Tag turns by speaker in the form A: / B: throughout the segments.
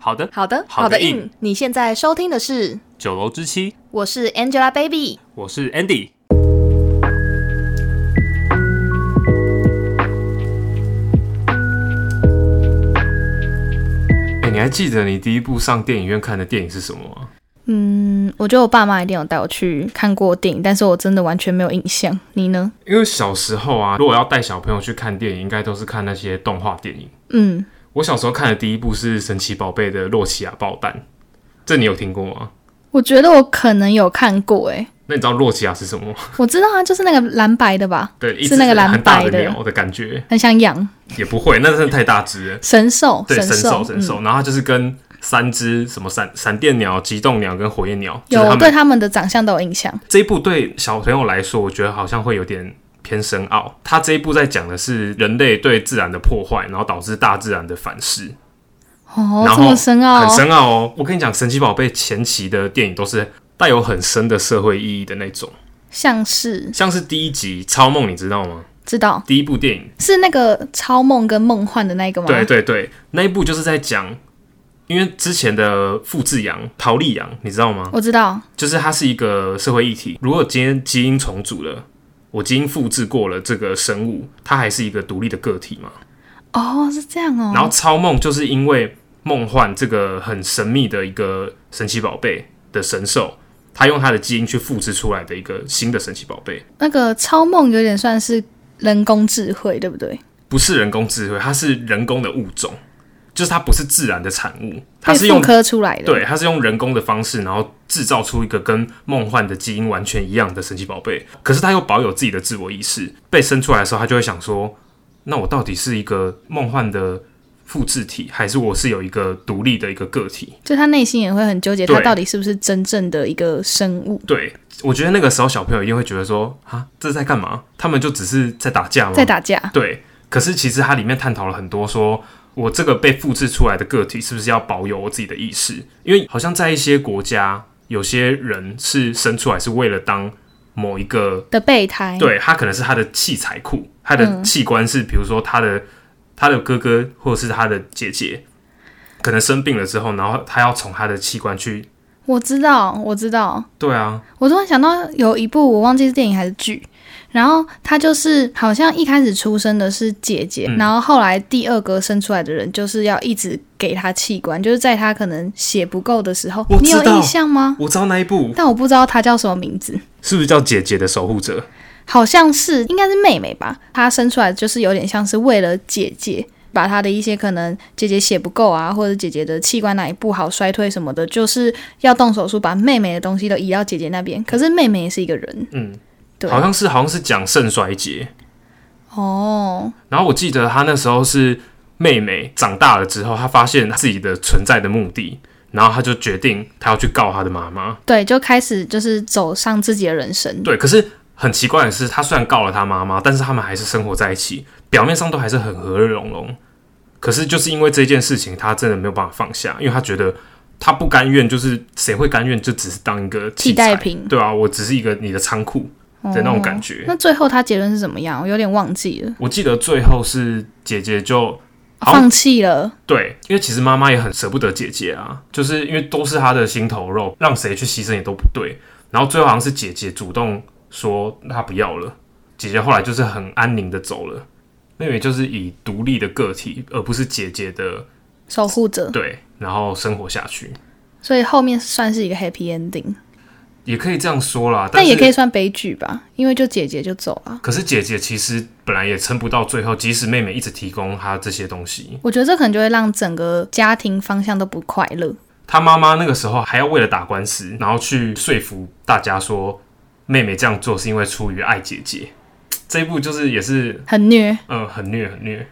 A: 好的，
B: 好的，
A: 好的硬
B: 硬。你现在收听的是，
A: 九楼之妻，
B: 我是 Angelababy。
A: 我是 Andy。哎、你还记得你第一部上电影院看的电影是什么吗？
B: 嗯，我觉得我爸妈一定有带我去看过电影，但是我真的完全没有印象。你呢？
A: 因为小时候啊，如果要带小朋友去看电影，应该都是看那些动画电影。
B: 嗯，
A: 我小时候看的第一部是《神奇宝贝》的洛奇亚爆弹，这你有听过吗？
B: 我觉得我可能有看过、欸，
A: 那你知道洛奇亚是什么吗？
B: 我知道啊，就是那个蓝白的吧，
A: 对，一
B: 是那个
A: 只
B: 蓝
A: 很大
B: 白
A: 的
B: 的
A: 鸟的感觉，
B: 很像羊
A: 也不会，那真的太大只了。
B: 神兽，嗯
A: 对，神
B: 兽，
A: 兽神兽，然后它就是跟三只什么闪闪电鸟、机动鸟跟火焰鸟，就
B: 有
A: 是他
B: 我对
A: 们
B: 他们的长相都有印象。
A: 这一部对小朋友来说，我觉得好像会有点偏深奥。它这一部在讲的是人类对自然的破坏，然后导致大自然的反噬，
B: 哦，
A: 然
B: 这
A: 后
B: 么深奥、
A: 很
B: 哦，
A: 深奥哦。我跟你讲，神奇宝贝前期的电影都是带有很深的社会意义的那种，
B: 像是
A: 像是第一集《超梦》，你知道吗？
B: 知道
A: 第一部电影，
B: 是那个超梦跟梦幻的那个吗？
A: 对，对对，那一部就是在讲。因为之前的复制羊、陶丽羊，你知道吗？
B: 我知道。
A: 就是它是一个社会议题。如果今天基因重组了，我基因复制过了这个生物，它还是一个独立的个体嘛？
B: 哦，是这样哦。
A: 然后超梦就是因为梦幻这个很神秘的一个神奇宝贝的神兽，它用它的基因去复制出来的一个新的神奇宝贝，
B: 那个超梦有点算是人工智慧，对不对？
A: 不是人工智慧，它是人工的物种，就是它不是自然的产物，它
B: 被
A: 是
B: 复
A: 用
B: 刻出来的。，
A: 对，它是用人工的方式，然后制造出一个跟梦幻的基因完全一样的神奇宝贝。可是它又保有自己的自我意识。被生出来的时候，它就会想说：那我到底是一个梦幻的复制体，还是我是有一个独立的一个个体？
B: 就他内心也会很纠结，
A: 对嗯
B: 他到底是不是真正的一个生物，
A: 对，我觉得那个时候小朋友一定会觉得说：啊，这是在干嘛？他们就只是在打架吗？
B: 在打架。
A: 对，可是其实它里面探讨了很多说。我这个被复制出来的个体是不是要保有我自己的意识？因为好像在一些国家，有些人是生出来是为了当某一个，
B: 的备胎，，
A: 对他可能是他的器材库，他的器官是，比如说他的他的哥哥或者是他的姐姐，可能生病了之后，然后他要从他的器官去，
B: 我知道，我知道。
A: 对啊，
B: 我突然想到有一部我忘记是电影还是剧，然后他就是好像一开始出生的是姐姐，
A: 嗯
B: 然后后来第二个生出来的人就是要一直给他器官，就是在他可能血不够的时候
A: 我，
B: 你有
A: 知道
B: 印象吗？
A: 我知道那一部
B: 但我不知道他叫什么名字。
A: 是不是叫《姐姐的守护者》？
B: 好像是应该是妹妹吧，她生出来就是有点像是为了姐姐，把她的一些可能姐姐血不够啊，或者姐姐的器官哪里不好衰退什么的，就是要动手术把妹妹的东西都移到姐姐那边。可是妹妹也是一个人，
A: 嗯，
B: 对
A: 好像是好像是讲肾衰竭，
B: 哦，
A: 然后我记得他那时候是妹妹长大了之后，她发现自己的存在的目的，然后她就决定她要去告她的妈妈。
B: 对，就开始就是走上自己的人生。
A: 对，可是很奇怪的是，她虽然告了她妈妈，但是他们还是生活在一起，表面上都还是很和乐融融。可是就是因为这件事情，她真的没有办法放下，因为她觉得她不甘愿，就是谁会甘愿就只是当一个器
B: 替代
A: 材
B: 品哦
A: 对啊，我只是一个你的仓库的那种感觉。
B: 那最后她结论是怎么样？我有点忘记了，
A: 我记得最后是姐姐就好
B: 放弃了。
A: 对，因为其实妈妈也很舍不得姐姐啊，就是因为都是她的心头肉，让谁去牺牲也都不对。然后最后好像是姐姐主动说她不要了，姐姐后来就是很安宁的走了。妹妹就是以独立的个体，而不是姐姐的
B: 守护者，
A: 对，然后生活下去，
B: 所以后面算是一个 happy ending，
A: 也可以这样说啦。
B: 但
A: 是
B: 也可以算悲剧吧，因为就姐姐就走了。
A: 可是姐姐其实本来也撑不到最后，即使妹妹一直提供她这些东西，
B: 我觉得这可能就会让整个家庭方向都不快乐。
A: 他妈妈那个时候还要为了打官司，然后去说服大家说，妹妹这样做是因为出于爱姐姐。这一步就是也是，
B: 很虐，
A: 嗯，很虐很虐。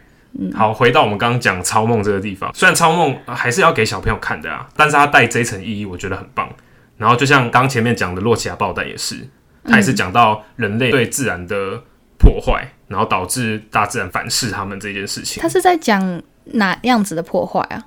A: 好，回到我们刚刚讲超梦这个地方，虽然超梦呃还是要给小朋友看的啊，但是它带这一层意义，我觉得很棒。然后就像刚前面讲的洛奇亚爆弹也是，它也是讲到人类对自然的破坏，然后导致大自然反噬他们这件事情
B: 他。是在讲哪样子的破坏啊？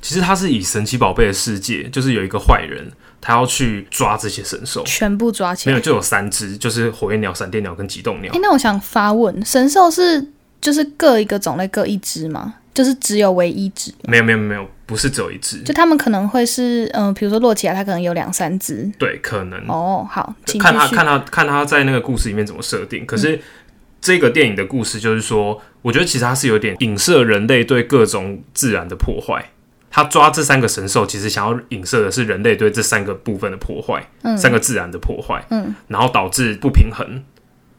A: 其实它是以神奇宝贝的世界，就是有一个坏人，他要去抓这些神兽，
B: 全部抓起
A: 没
B: 来。
A: 有，
B: 哎、
A: 就有三只，就是火焰鸟、闪电鸟跟极冻鸟。
B: 那我想发问，神兽是就是各一个种类各一只吗？就是只有唯一只？
A: 没有，没有，没有，不是只有一只，
B: 就他们可能会是，嗯、比如说洛奇亚，他可能有两三只。
A: 对，可能
B: 哦，好，请
A: 嗯看他
B: 继续。
A: 看他看他在那个故事里面怎么设定。可是这个电影的故事就是说，我觉得其实它是有点影射人类对各种自然的破坏。他抓这三个神兽，其实想要影射的是人类对这三个部分的破坏，
B: 嗯
A: 三个自然的破坏，嗯，然后导致不平衡，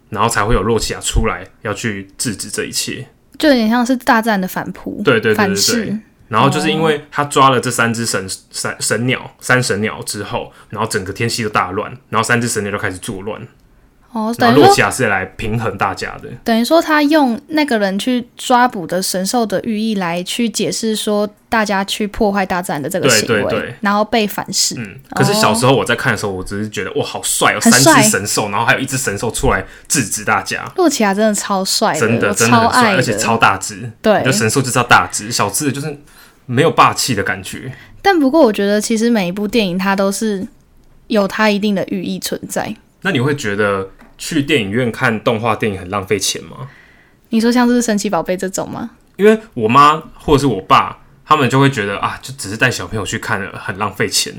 A: 然后才会有洛奇亚出来要去制止这一切。
B: 就有点像是大战的反扑，
A: 对对对
B: 反
A: 对对
B: 噬。
A: 然后就是因为他抓了这三只神三神鸟三神鸟之后，然后整个天气就大乱，然后三只神鸟就开始作乱，
B: 哦，
A: 然
B: 等
A: 后
B: 于
A: 洛
B: 说
A: 奇亚是来平衡大家的，
B: 等于说他用那个人去抓捕的神兽的寓意来去解释说大家去破坏大自然的这个
A: 对
B: 行
A: 对
B: 为，
A: 对
B: 然后被反噬。
A: 嗯。可是小时候我在看的时候，我只是觉得哇，好帅哦，
B: 很
A: 三
B: 帅
A: 只神兽，然后还有一只神兽出来制止大家，
B: 洛奇亚真的超帅
A: 真
B: 哎我
A: 的真的
B: 超
A: 很帅，
B: 爱
A: 而且
B: 的。
A: 超大只。
B: 对
A: 我觉得神兽就是要大只，小只的就是没有霸气的感觉。
B: 但不过我觉得其实每一部电影它都是有它一定的寓意存在。
A: 那你会觉得去电影院看动画电影很浪费钱吗？
B: 你说像是神奇宝贝这种吗？
A: 因为我妈或者是我爸，他们就会觉得啊，就只是带小朋友去看了，很浪费钱。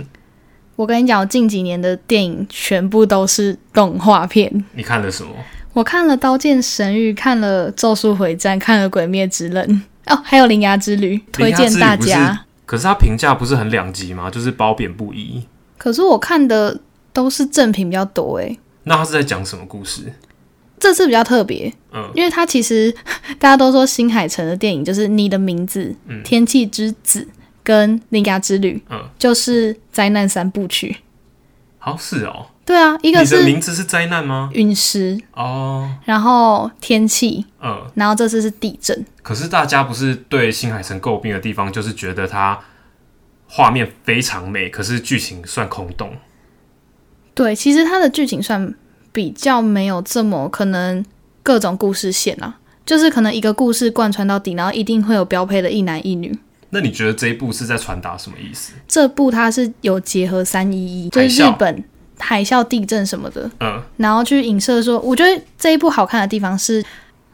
B: 我跟你讲，我近几年的电影全部都是动画片。
A: 你看了什么？
B: 我看了《刀剑神域》，看了《咒术回战》，看了《鬼灭之刃》，哦，还有《铃芽之旅》，推荐大
A: 铃芽之旅不
B: 家。
A: 可是它评价不是很两极吗？就是褒贬不一。
B: 可是我看的都是正品比较多诶，
A: 那他是在讲什么故事？
B: 这次比较特别，
A: 嗯，
B: 因为它其实 大家都说新海诚的电影就是《你的名字》
A: 嗯
B: 天气之子》跟《铃芽之旅》，
A: 嗯
B: 就是灾难三部曲。
A: 好是哦。
B: 对啊，一
A: 你
B: 个
A: 的
B: 是
A: 名字是灾难吗？
B: 陨石，
A: 哦，
B: 然后天气，
A: 嗯。
B: 然后这次是地震。
A: 可是大家不是对新海诚诟病的地方，就是觉得它画面非常美，可是剧情算空洞。
B: 对，其实它的剧情算比较没有这么可能各种故事线啊，就是可能一个故事贯穿到底，然后一定会有标配的一男一女。
A: 那你觉得这一部是在传达什么意思？
B: 这部它是有结合三一一，就
A: 海
B: 是
A: 啸
B: 日本海啸、地震什么的，
A: 嗯，
B: 然后去影射说，我觉得这一部好看的地方是，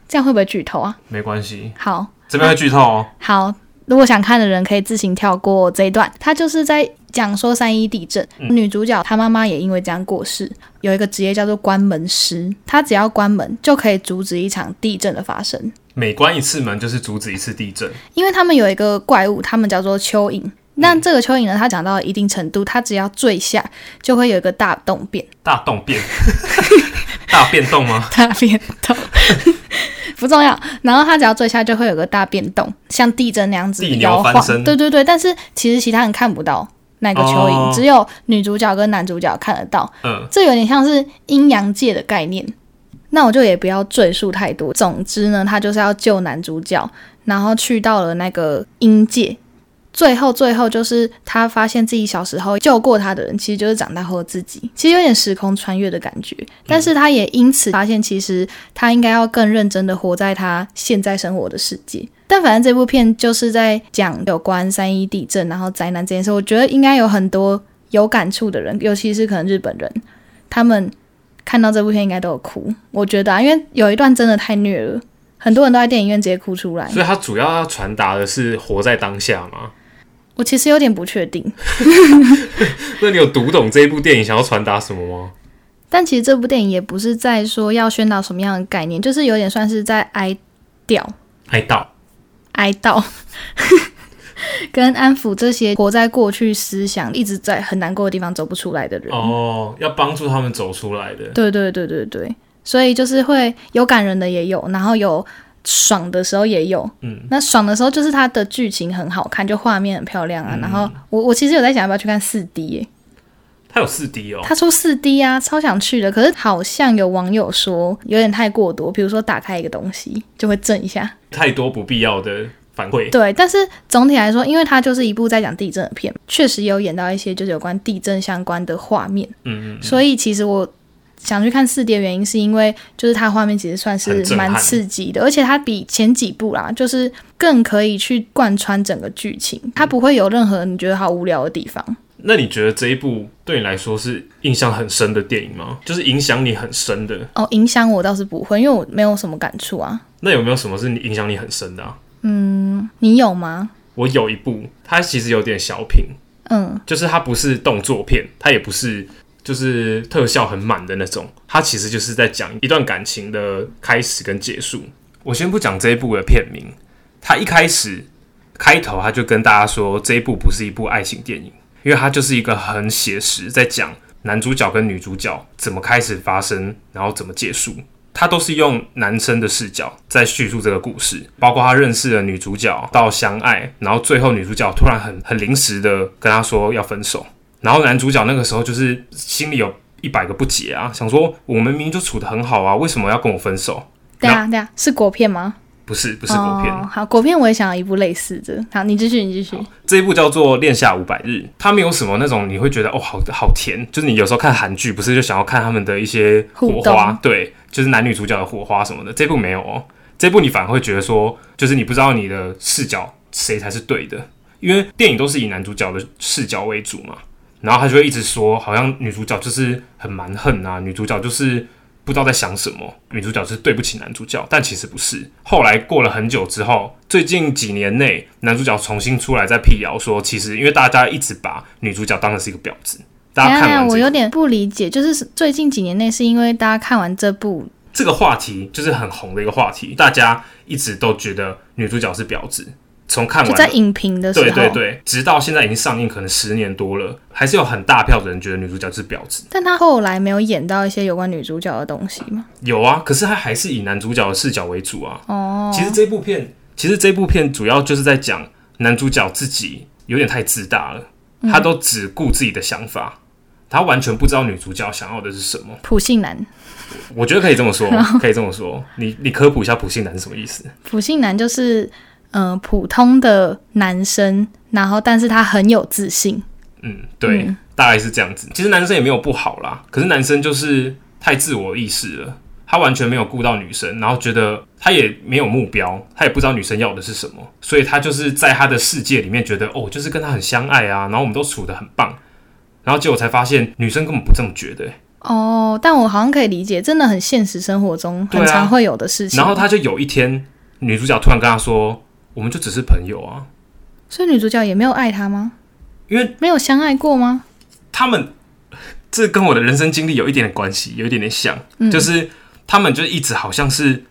B: 这样会不会剧透啊？
A: 没关系，
B: 好
A: 这边会剧透哦。
B: 好，如果想看的人可以自行跳过这一段，它就是在。讲说三一地震，
A: 嗯
B: 女主角她妈妈也因为这样过世。有一个职业叫做关门师，她只要关门就可以阻止一场地震的发生。
A: 每关一次门就是阻止一次地震。
B: 因为他们有一个怪物，他们叫做蚯蚓。
A: 嗯
B: 那这个蚯蚓呢，它长到一定程度，它只要坠下就会有一个大洞变，
A: 大动 变，大变动吗？
B: 大变洞 不重要。然后它只要坠下就会有个大变动，像地震那样子
A: 地牛
B: 摇
A: 翻
B: 晃。
A: 身
B: 对对对，但是其实其他人看不到那个蚯蚓，
A: 哦
B: 只有女主角跟男主角看得到。
A: 嗯，
B: 这有点像是阴阳界的概念。那我就也不要赘述太多。总之呢，他就是要救男主角，然后去到了那个阴界。最后，最后就是他发现自己小时候救过他的人，其实就是长大后的自己，其实有点时空穿越的感觉。但是他也因此发现，其实他应该要更认真的活在他现在生活的世界。但反正这部片就是在讲有关三一地震，然后灾难这件事，我觉得应该有很多有感触的人，尤其是可能日本人，他们看到这部片应该都有哭，我觉得啊，因为有一段真的太虐了，很多人都在电影院直接哭出来。
A: 所以它主要要传达的是活在当下嘛。
B: 我其实有点不确定，
A: 那你有读懂这一部电影想要传达什么吗？
B: 但其实这部电影也不是在说要宣导什么样的概念，就是有点算是在哀悼、
A: 哀悼，
B: 哀悼， 跟安抚这些活在过去思想一直在很难过的地方走不出来的人。
A: 哦，要帮助他们走出来的。
B: 对对对对对，所以就是会有感人的也有，然后有爽的时候也有。
A: 嗯，
B: 那爽的时候就是它的剧情很好看，就画面很漂亮
A: 嗯
B: 啊。然后我我其实有在想要不要去看四 D 耶，
A: 它有四 D 哦，
B: 他出四 D 啊，超想去的。可是好像有网友说有点太过多，比如说打开一个东西就会震一下。
A: 太多不必要的反馈。
B: 对，但是总体来说，因为它就是一部在讲地震的片，确实有演到一些就是有关地震相关的画面。
A: 嗯嗯，
B: 所以其实我想去看四 D 的原因，是因为就是它画面其实算
A: 很
B: 是
A: 震撼
B: 蛮刺激的，而且它比前几部啦，就是更可以去贯穿整个剧情，它不会有任何你觉得好无聊的地方。
A: 那你觉得这一部对你来说是印象很深的电影吗？就是影响你很深的。
B: 哦，影响我倒是不会，因为我没有什么感触啊。
A: 那有没有什么是你影响你很深的啊？
B: 你有吗？
A: 我有一部，它其实有点小品，
B: 嗯，
A: 就是它不是动作片，它也不是就是特效很满的那种，它其实就是在讲一段感情的开始跟结束。我先不讲这一部的片名，它一开始开头他就跟大家说这一部不是一部爱情电影，因为它就是一个很写实，在讲男主角跟女主角怎么开始发生，然后怎么结束。他都是用男生的视角在叙述这个故事，包括他认识了女主角到相爱，然后最后女主角突然很很临时的跟他说要分手，然后男主角那个时候就是心里有一百个不解啊，想说我们明明就处得很好啊，为什么要跟我分手？
B: 对啊，对啊，是国片吗？
A: 不是不是国片，
B: 哦。好，国片我也想要一部类似的。好，你继续，你继续。
A: 这一部叫做《恋下五百日》，它没有什么那种你会觉得哦，好好甜，就是你有时候看韩剧，不是就想要看他们的一些火
B: 互动
A: 花，对，就是男女主角的火花什么的。这部没有哦，这部你反而会觉得说，就是你不知道你的视角谁才是对的，因为电影都是以男主角的视角为主嘛，然后他就会一直说，好像女主角就是很蛮横啊，女主角就是。不知道在想什么，女主角是对不起男主角，但其实不是。后来过了很久之后，最近几年内，男主角重新出来再辟谣说，其实因为大家一直把女主角当成是一个婊子，大家
B: 等一
A: 看
B: 下
A: 完
B: 哎我
A: 这
B: 有
A: 个
B: 点不理解，就是最近几年内是因为大家看完这部，
A: 这个话题就是很红的一个话题，大家一直都觉得女主角是婊子，从看
B: 就
A: 完
B: 在影评的时候，
A: 对对对，直到现在已经上映可能十年多了，还是有很大票的人觉得女主角是婊子。
B: 但他后来没有演到一些有关女主角的东西嘛？
A: 有啊，可是他还是以男主角的视角为主啊。
B: 哦，
A: 其实这部片，其实这部片主要就是在讲男主角自己有点太自大了，他都只顾自己的想法，他完全不知道女主角想要的是什么。
B: 普信男，
A: 我觉得可以这么说，可以这么说。你你科普一下普信男是什么意思？
B: 普信男就是嗯、呃普通的男生，然后但是他很有自信，
A: 嗯，对，大概是这样子。其实男生也没有不好啦，可是男生就是太自我意识了，他完全没有顾到女生，然后觉得他也没有目标，他也不知道女生要的是什么，所以他就是在他的世界里面觉得哦，就是跟他很相爱啊，然后我们都处得很棒，然后结果才发现女生根本不这么觉得欸、
B: 哦，但我好像可以理解，真的很现实生活中
A: 对啊
B: 很常会有的事情。
A: 然后他就有一天，女主角突然跟他说：“我们就只是朋友啊。”
B: 所以女主角也没有爱他吗？
A: 因为
B: 没有相爱过吗？
A: 他们这跟我的人生经历有一点点关系，有一点点像，就是他们就一直好像是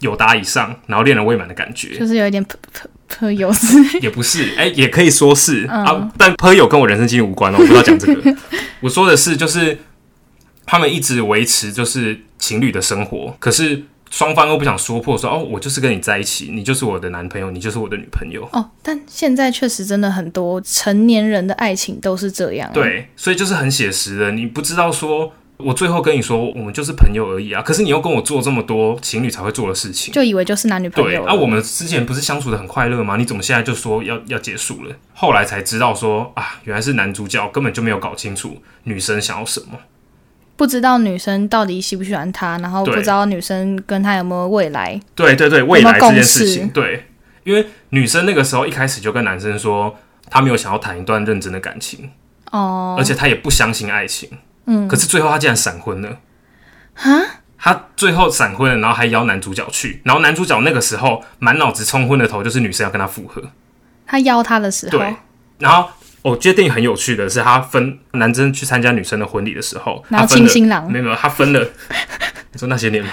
A: 有达以上，然后恋人未满的感觉，
B: 就是有一点噗噗 噗有之类
A: 也不是，哎、也可以说是、
B: 嗯
A: 啊，但朋友跟我人生经历无关哦，我不要讲这个，我说的是就是他们一直维持就是情侣的生活，可是。双方都不想说破，说哦，我就是跟你在一起，你就是我的男朋友，你就是我的女朋友。
B: 哦。但现在确实真的很多成年人的爱情都是这样、，啊
A: 对，所以就是很写实的，你不知道说。我最后跟你说，我们就是朋友而已啊！可是你又跟我做这么多情侣才会做的事情，
B: 就以为就是男女朋
A: 对
B: 友
A: 啊！我们之前不是相处的很快乐吗？你怎么现在就说要要结束了？后来才知道说啊，原来是男主角根本就没有搞清楚女生想要什么。
B: 不知道女生到底喜不喜欢他，然后不
A: 对
B: 知道女生跟他有没有未来。
A: 对对对，未
B: 有没有
A: 来这件
B: 共
A: 事
B: 识
A: 情，对，因为女生那个时候一开始就跟男生说，她没有想要谈一段认真的感情，
B: 哦
A: 而且她也不相信爱情。嗯，可是最后她竟然闪婚了。她最后闪婚了，然后还邀男主角去，然后男主角那个时候满脑子冲昏了头，就是女生要跟他复合。
B: 他邀他的时候，
A: 对，然后我觉得电影很有趣的是，他分男生去参加女生的婚礼的时候，
B: 然后
A: 他分了
B: 亲新郎
A: 没有没有，他分 了，你说那些年吗？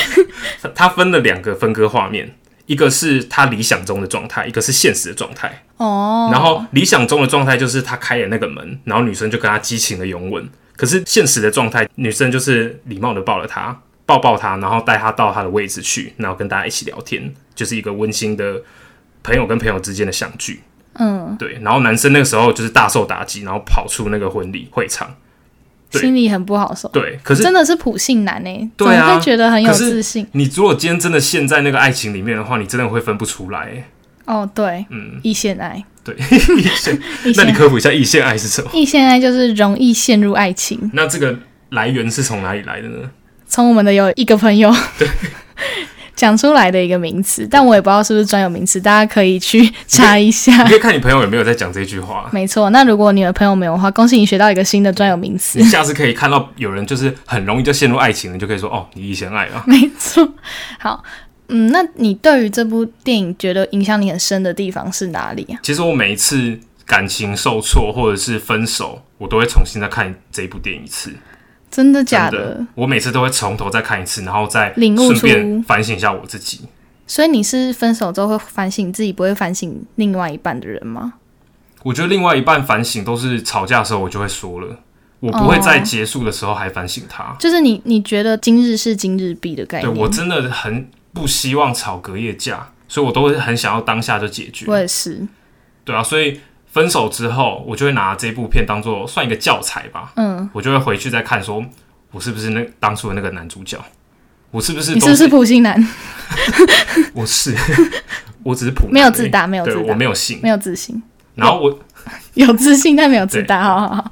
A: 他分了两个分割画面。一个是他理想中的状态，一个是现实的状态。
B: 哦，
A: 然后理想中的状态就是他开了那个门，然后女生就跟他激情的拥吻。可是现实的状态，女生就是礼貌的抱了他，抱抱他，然后带他到他的位置去，然后跟大家一起聊天，就是一个温馨的朋友跟朋友之间的相聚。
B: 嗯，
A: 对，然后男生那个时候就是大受打击，然后跑出那个婚礼会场。对
B: 心里很不好受。
A: 对，可是
B: 真的是普信男呢，
A: 对啊
B: 怎么会觉得很有
A: 可是
B: 自信？
A: 你如果今天真的陷在那个爱情里面的话，你真的会分不出来欸。
B: 哦，对，
A: 嗯，
B: 易陷爱，
A: 对，异性，
B: 易
A: 那你
B: 陷
A: 科普一下异性爱是什么？
B: 易陷爱就是容易陷入爱情。
A: 那这个来源是从哪里来的呢？
B: 从我们的有一个朋友 讲出来的一个名词，但我也不知道是不是专有名词，大家可以去 查一
A: 你
B: 下。
A: 可以看你朋友有没有在讲这句 话。
B: 没错，那如果你的朋友没有的话，恭喜你学到一个新的专有 名词
A: 你。下次可以看到有人就是很容易就陷入爱情了，你就可以说哦，你异性爱了。
B: 没错，好，嗯，那你对于这部电影觉得影响你很深的地方是哪里啊？
A: 其实我每一次感情受挫或者是分手，我都会重新再看这一部电影一次。
B: 真的假
A: 真的？我每次都会从头再看一次，然后再
B: 领悟
A: 顺
B: 出
A: 便反省一下我自己。
B: 所以你是分手之后会反省自己，不会反省另外一半的人吗？
A: 我觉得另外一半反省都是吵架的时候我就会说了，我不会在结束的时候还反省他。
B: 就是你你觉得今日事今日毕的概
A: 对
B: 念？
A: 我真的很不希望吵隔夜架，所以我都会很想要当下就解决。
B: 我也是，
A: 对啊，所以分手之后，我就会拿这部片当做算一个教材吧。
B: 嗯，
A: 我就会回去再看，说我是不是那当初的那个男主角，我是不是
B: 你
A: 都
B: 是不是普信男？
A: 我是， 我只是普男
B: 没有
A: 而已
B: 自大，没有自
A: 对我
B: 大，
A: 没有信。
B: 没有自信，
A: 然后我
B: 有自信但没有自大。好好好，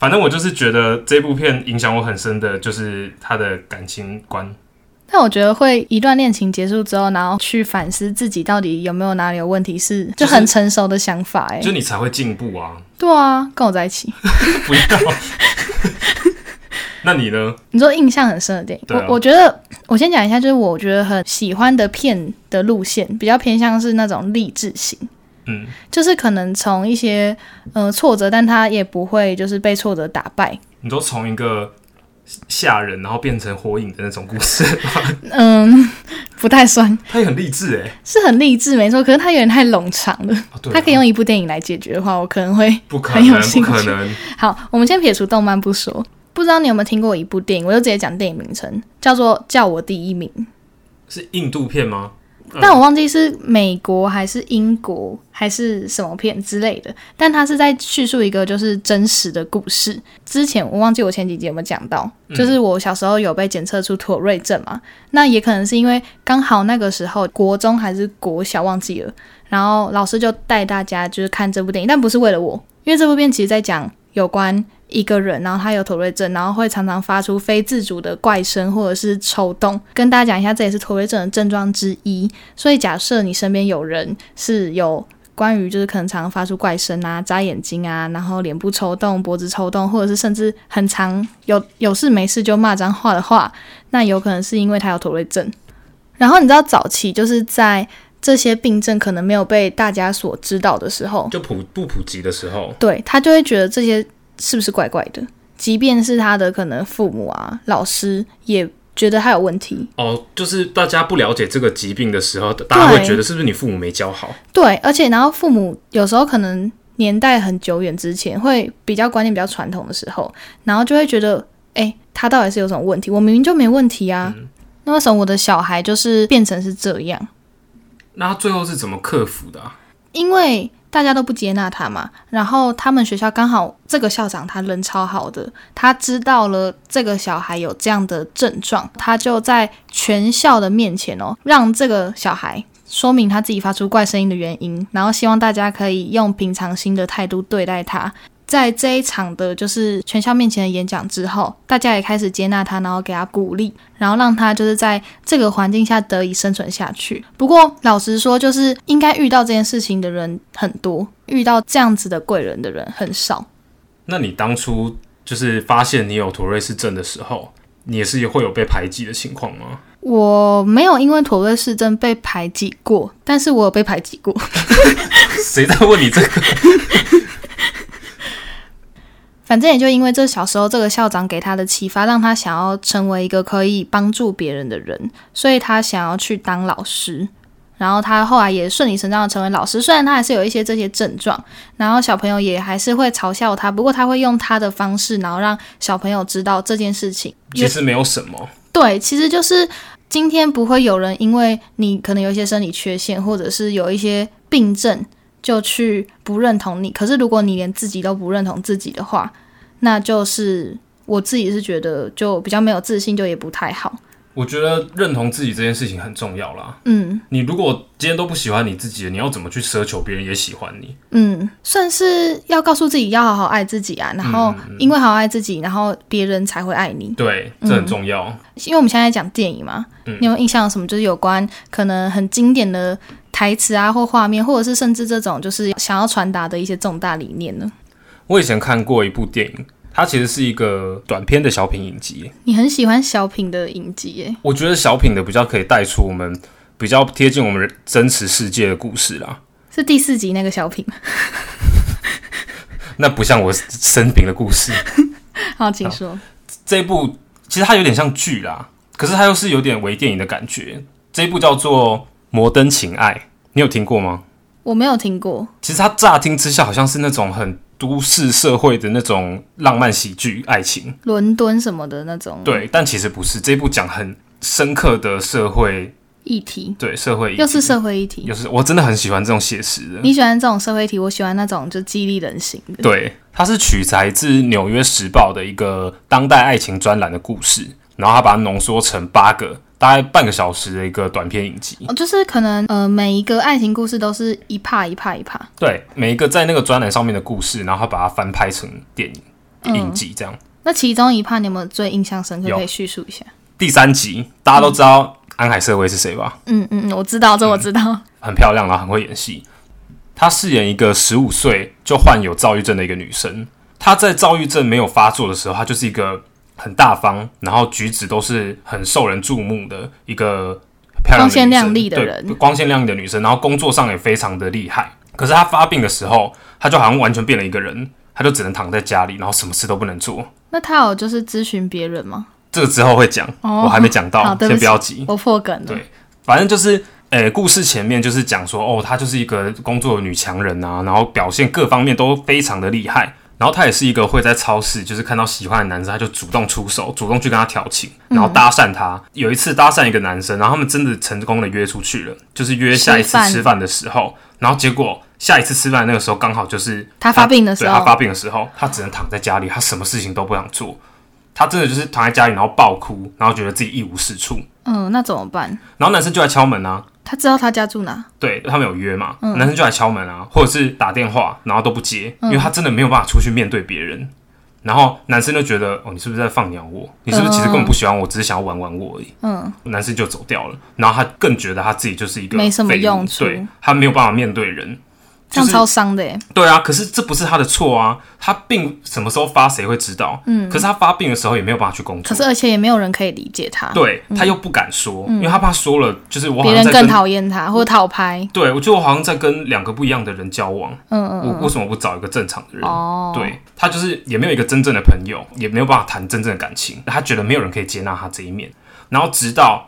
A: 反正我就是觉得这部片影响我很深的，就是他的感情观。
B: 但我觉得会一段恋情结束之后，然后去反思自己到底有没有哪里有问题，是就很成熟的想法、欸。哎、
A: 就你才会进步啊！
B: 对啊，跟我在一起。
A: 不要。 那你呢？
B: 你说印象很深的电影，
A: 对啊
B: 我我觉得我先讲一下，就是我觉得很喜欢的片的路线，比较偏向是那种励志型，
A: 嗯，
B: 就是可能从一些呃挫折，但他也不会就是被挫折打败，
A: 你都从一个吓人，然后变成火影的那种故事，
B: 嗯， 不太酸，
A: 他也很励志哎、
B: 是很励志没错，可是他有点太冗长了。
A: 哦对啊
B: 他可以用一部电影来解决的话，我可能会
A: 不可
B: 很有
A: 能，不
B: 兴
A: 可
B: 趣
A: 能。
B: 好。我们先撇除动漫不说，不知道你有没有听过一部电影，我就直接讲电影名称，叫做《叫我第一名》。
A: 是印度片吗？嗯
B: 但我忘记是美国还是英国还是什么片之类的，但它是在叙述一个就是真实的故事。之前我忘记我前几集有没有讲到，就是我小时候有被检测出妥瑞症嘛，那也可能是因为刚好那个时候国中还是国小忘记了，然后老师就带大家就是看这部电影，但不是为了我，因为这部片其实在讲有关。一个人，然后他有妥瑞症，然后会常常发出非自主的怪声或者是抽动。跟大家讲一下，这也是妥瑞症的症状之一。所以假设你身边有人是有关于就是可能常发出怪声啊、眨眼睛啊，然后脸部抽动、脖子抽动，或者是甚至很常有有事没事就骂脏话的话，那有可能是因为他有妥瑞症。然后你知道早期就是在这些病症可能没有被大家所知道的时候，
A: 就普不普及的时候，
B: 对他就会觉得这些是不是怪怪的，即便是他的可能父母啊、老师也觉得他有问题，
A: 哦，就是大家不了解这个疾病的时候，大家会觉得是不是你父母没教好？
B: 对，而且然后父母有时候可能年代很久远之前，会比较观念比较传统的时候，然后就会觉得，哎、他到底是有什么问题？我明明就没问题啊，那为什么我的小孩就是变成是这样？
A: 那他最后是怎么克服的、啊？
B: 因为大家都不接纳他嘛，然后他们学校刚好这个校长他人超好的，他知道了这个小孩有这样的症状，他就在全校的面前哦，让这个小孩说明他自己发出怪声音的原因，然后希望大家可以用平常心的态度对待他。在这一场的就是全校面前的演讲之后，大家也开始接纳他，然后给他鼓励，然后让他就是在这个环境下得以生存下去。不过老实说，就是应该遇到这件事情的人很多，遇到这样子的贵人的人很少。
A: 那你当初就是发现你有妥瑞氏症的时候，你也是会有被排挤的情况吗？
B: 我没有因为妥瑞氏症被排挤过，但是我有被排挤过。
A: 谁在问你这个？
B: 反正也就因为这小时候这个校长给他的启发，让他想要成为一个可以帮助别人的人，所以他想要去当老师。然后他后来也顺理成章的成为老师，虽然他还是有一些这些症状，然后小朋友也还是会嘲笑他，不过他会用他的方式，然后让小朋友知道这件事情。
A: 其实没有什么，
B: 对，其实就是今天不会有人因为你可能有一些生理缺陷，或者是有一些病症，就去不认同你。可是如果你连自己都不认同自己的话，那就是我自己是觉得就比较没有自信，就也不太好。
A: 我觉得认同自己这件事情很重要啦。
B: 嗯
A: 你如果今天都不喜欢你自己了，你要怎么去奢求别人也喜欢你？
B: 嗯，算是要告诉自己要好好爱自己啊，然后因为好好爱自己，然后别人才会爱你。
A: 对，这很重要。
B: 因为我们现在在讲电影嘛，
A: 嗯
B: 你有没有印象有什么就是有关可能很经典的台词啊，或画面，或者是甚至这种就是想要传达的一些重大理念呢？
A: 我以前看过一部电影，它其实是一个短片的小品影集，
B: 你很喜欢小品的影集耶，
A: 我觉得小品的比较可以带出我们比较贴近我们真实世界的故事啦。
B: 是第四集那个小品。
A: 那不像我生平的故事。
B: 好，请说。
A: 这一部其实它有点像剧啦，可是它又是有点微电影的感觉。这一部叫做《摩登情爱》，你有听过吗？
B: 我没有听过。
A: 其实它乍听之下好像是那种很都市社会的那种浪漫喜剧爱情，
B: 伦敦什么的那种
A: 对，但其实不是。这一部讲很深刻的社会，
B: 议题，
A: 对社会议
B: 又是
A: 题
B: 社会议题。
A: 又是我真的很喜欢这种写实的。
B: 你喜欢这种社会议题，我喜欢那种就激励人心的。
A: 对，它是取材自《纽约时报》的一个当代爱情专栏的故事，然后它把它浓缩成八个大概半个小时的一个短片影集。
B: 哦，就是可能呃，每一个爱情故事都是一帕一帕一帕。
A: 对，每一个在那个专栏上面的故事，然后它把它翻拍成电影、影集这样。
B: 那其中一帕你有没有最印象深刻？
A: 有
B: 可以叙述一下。
A: 第三集大家都知道安海瑟薇是谁吧？
B: 嗯嗯，嗯，我知道，这我知道。
A: 很漂亮，然后很会演戏。她饰演一个十五岁就患有躁郁症的一个女生。她在躁郁症没有发作的时候，她就是一个很大方，然后举止都是很受人注目的一个漂亮的女生
B: 光鲜亮丽的
A: 对
B: 人
A: 光鲜亮丽的女生。然后工作上也非常的厉害。可是她发病的时候，她就好像完全变了一个人，她就只能躺在家里，然后什么事都不能做。
B: 那他有就是咨询别人吗？
A: 这个之后会讲，
B: 哦
A: 我还没讲
B: 好
A: 到，
B: 对不
A: 先
B: 起
A: 不要急。
B: 我破梗了
A: 对。反正就是，呃，故事前面就是讲说，哦，她就是一个工作的女强人啊，然后表现各方面都非常的厉害。然后她也是一个会在超市，就是看到喜欢的男生，她就主动出手，主动去跟他调情，然后搭讪他。有一次搭讪一个男生，然后他们真的成功的约出去了，就是约下一
B: 吃
A: 次
B: 饭
A: 吃饭的时候，然后结果下一次吃饭的那个时候刚好就是
B: 她发病的时候
A: 对她发病的时候，她只能躺在家里，她什么事情都不想做，她真的就是躺在家里，然后暴哭，然后觉得自己一无是处。
B: 嗯，那怎么办？
A: 然后男生就来敲门啊，
B: 他知道他家住哪？
A: 对他们有约嘛，
B: 嗯
A: 男生就来敲门啊，或者是打电话，然后都不接，因为他真的没有办法出去面对别人。然后男生就觉得，哦，你是不是在放养我？你是不是其实根本不喜欢我，只是想要玩玩我而已？
B: 嗯，
A: 男生就走掉了，然后他更觉得他自己就是一个
B: 没什么
A: 废物
B: 用处
A: 对他没有办法面对人。
B: 这
A: 就
B: 样
A: 是
B: 超伤的耶。
A: 对啊，可是这不是他的错啊，他病什么时候发谁会知道？嗯，可是他发病的时候也没有办法去工
B: 可
A: 作
B: 是，而且也没有人可以理解他，
A: 对他又不敢说，因为他怕说了，就是我好
B: 别
A: 像
B: 人
A: 在
B: 更
A: 跟
B: 讨厌他或讨拍。
A: 对，我觉得我好像在跟两个不一样的人交往。
B: 嗯嗯
A: 我为什么不找一个正常的人？
B: 哦，，
A: 嗯对他就是也没有一个真正的朋友，也没有办法谈真正的感情。他觉得没有人可以接纳他这一面，然后直到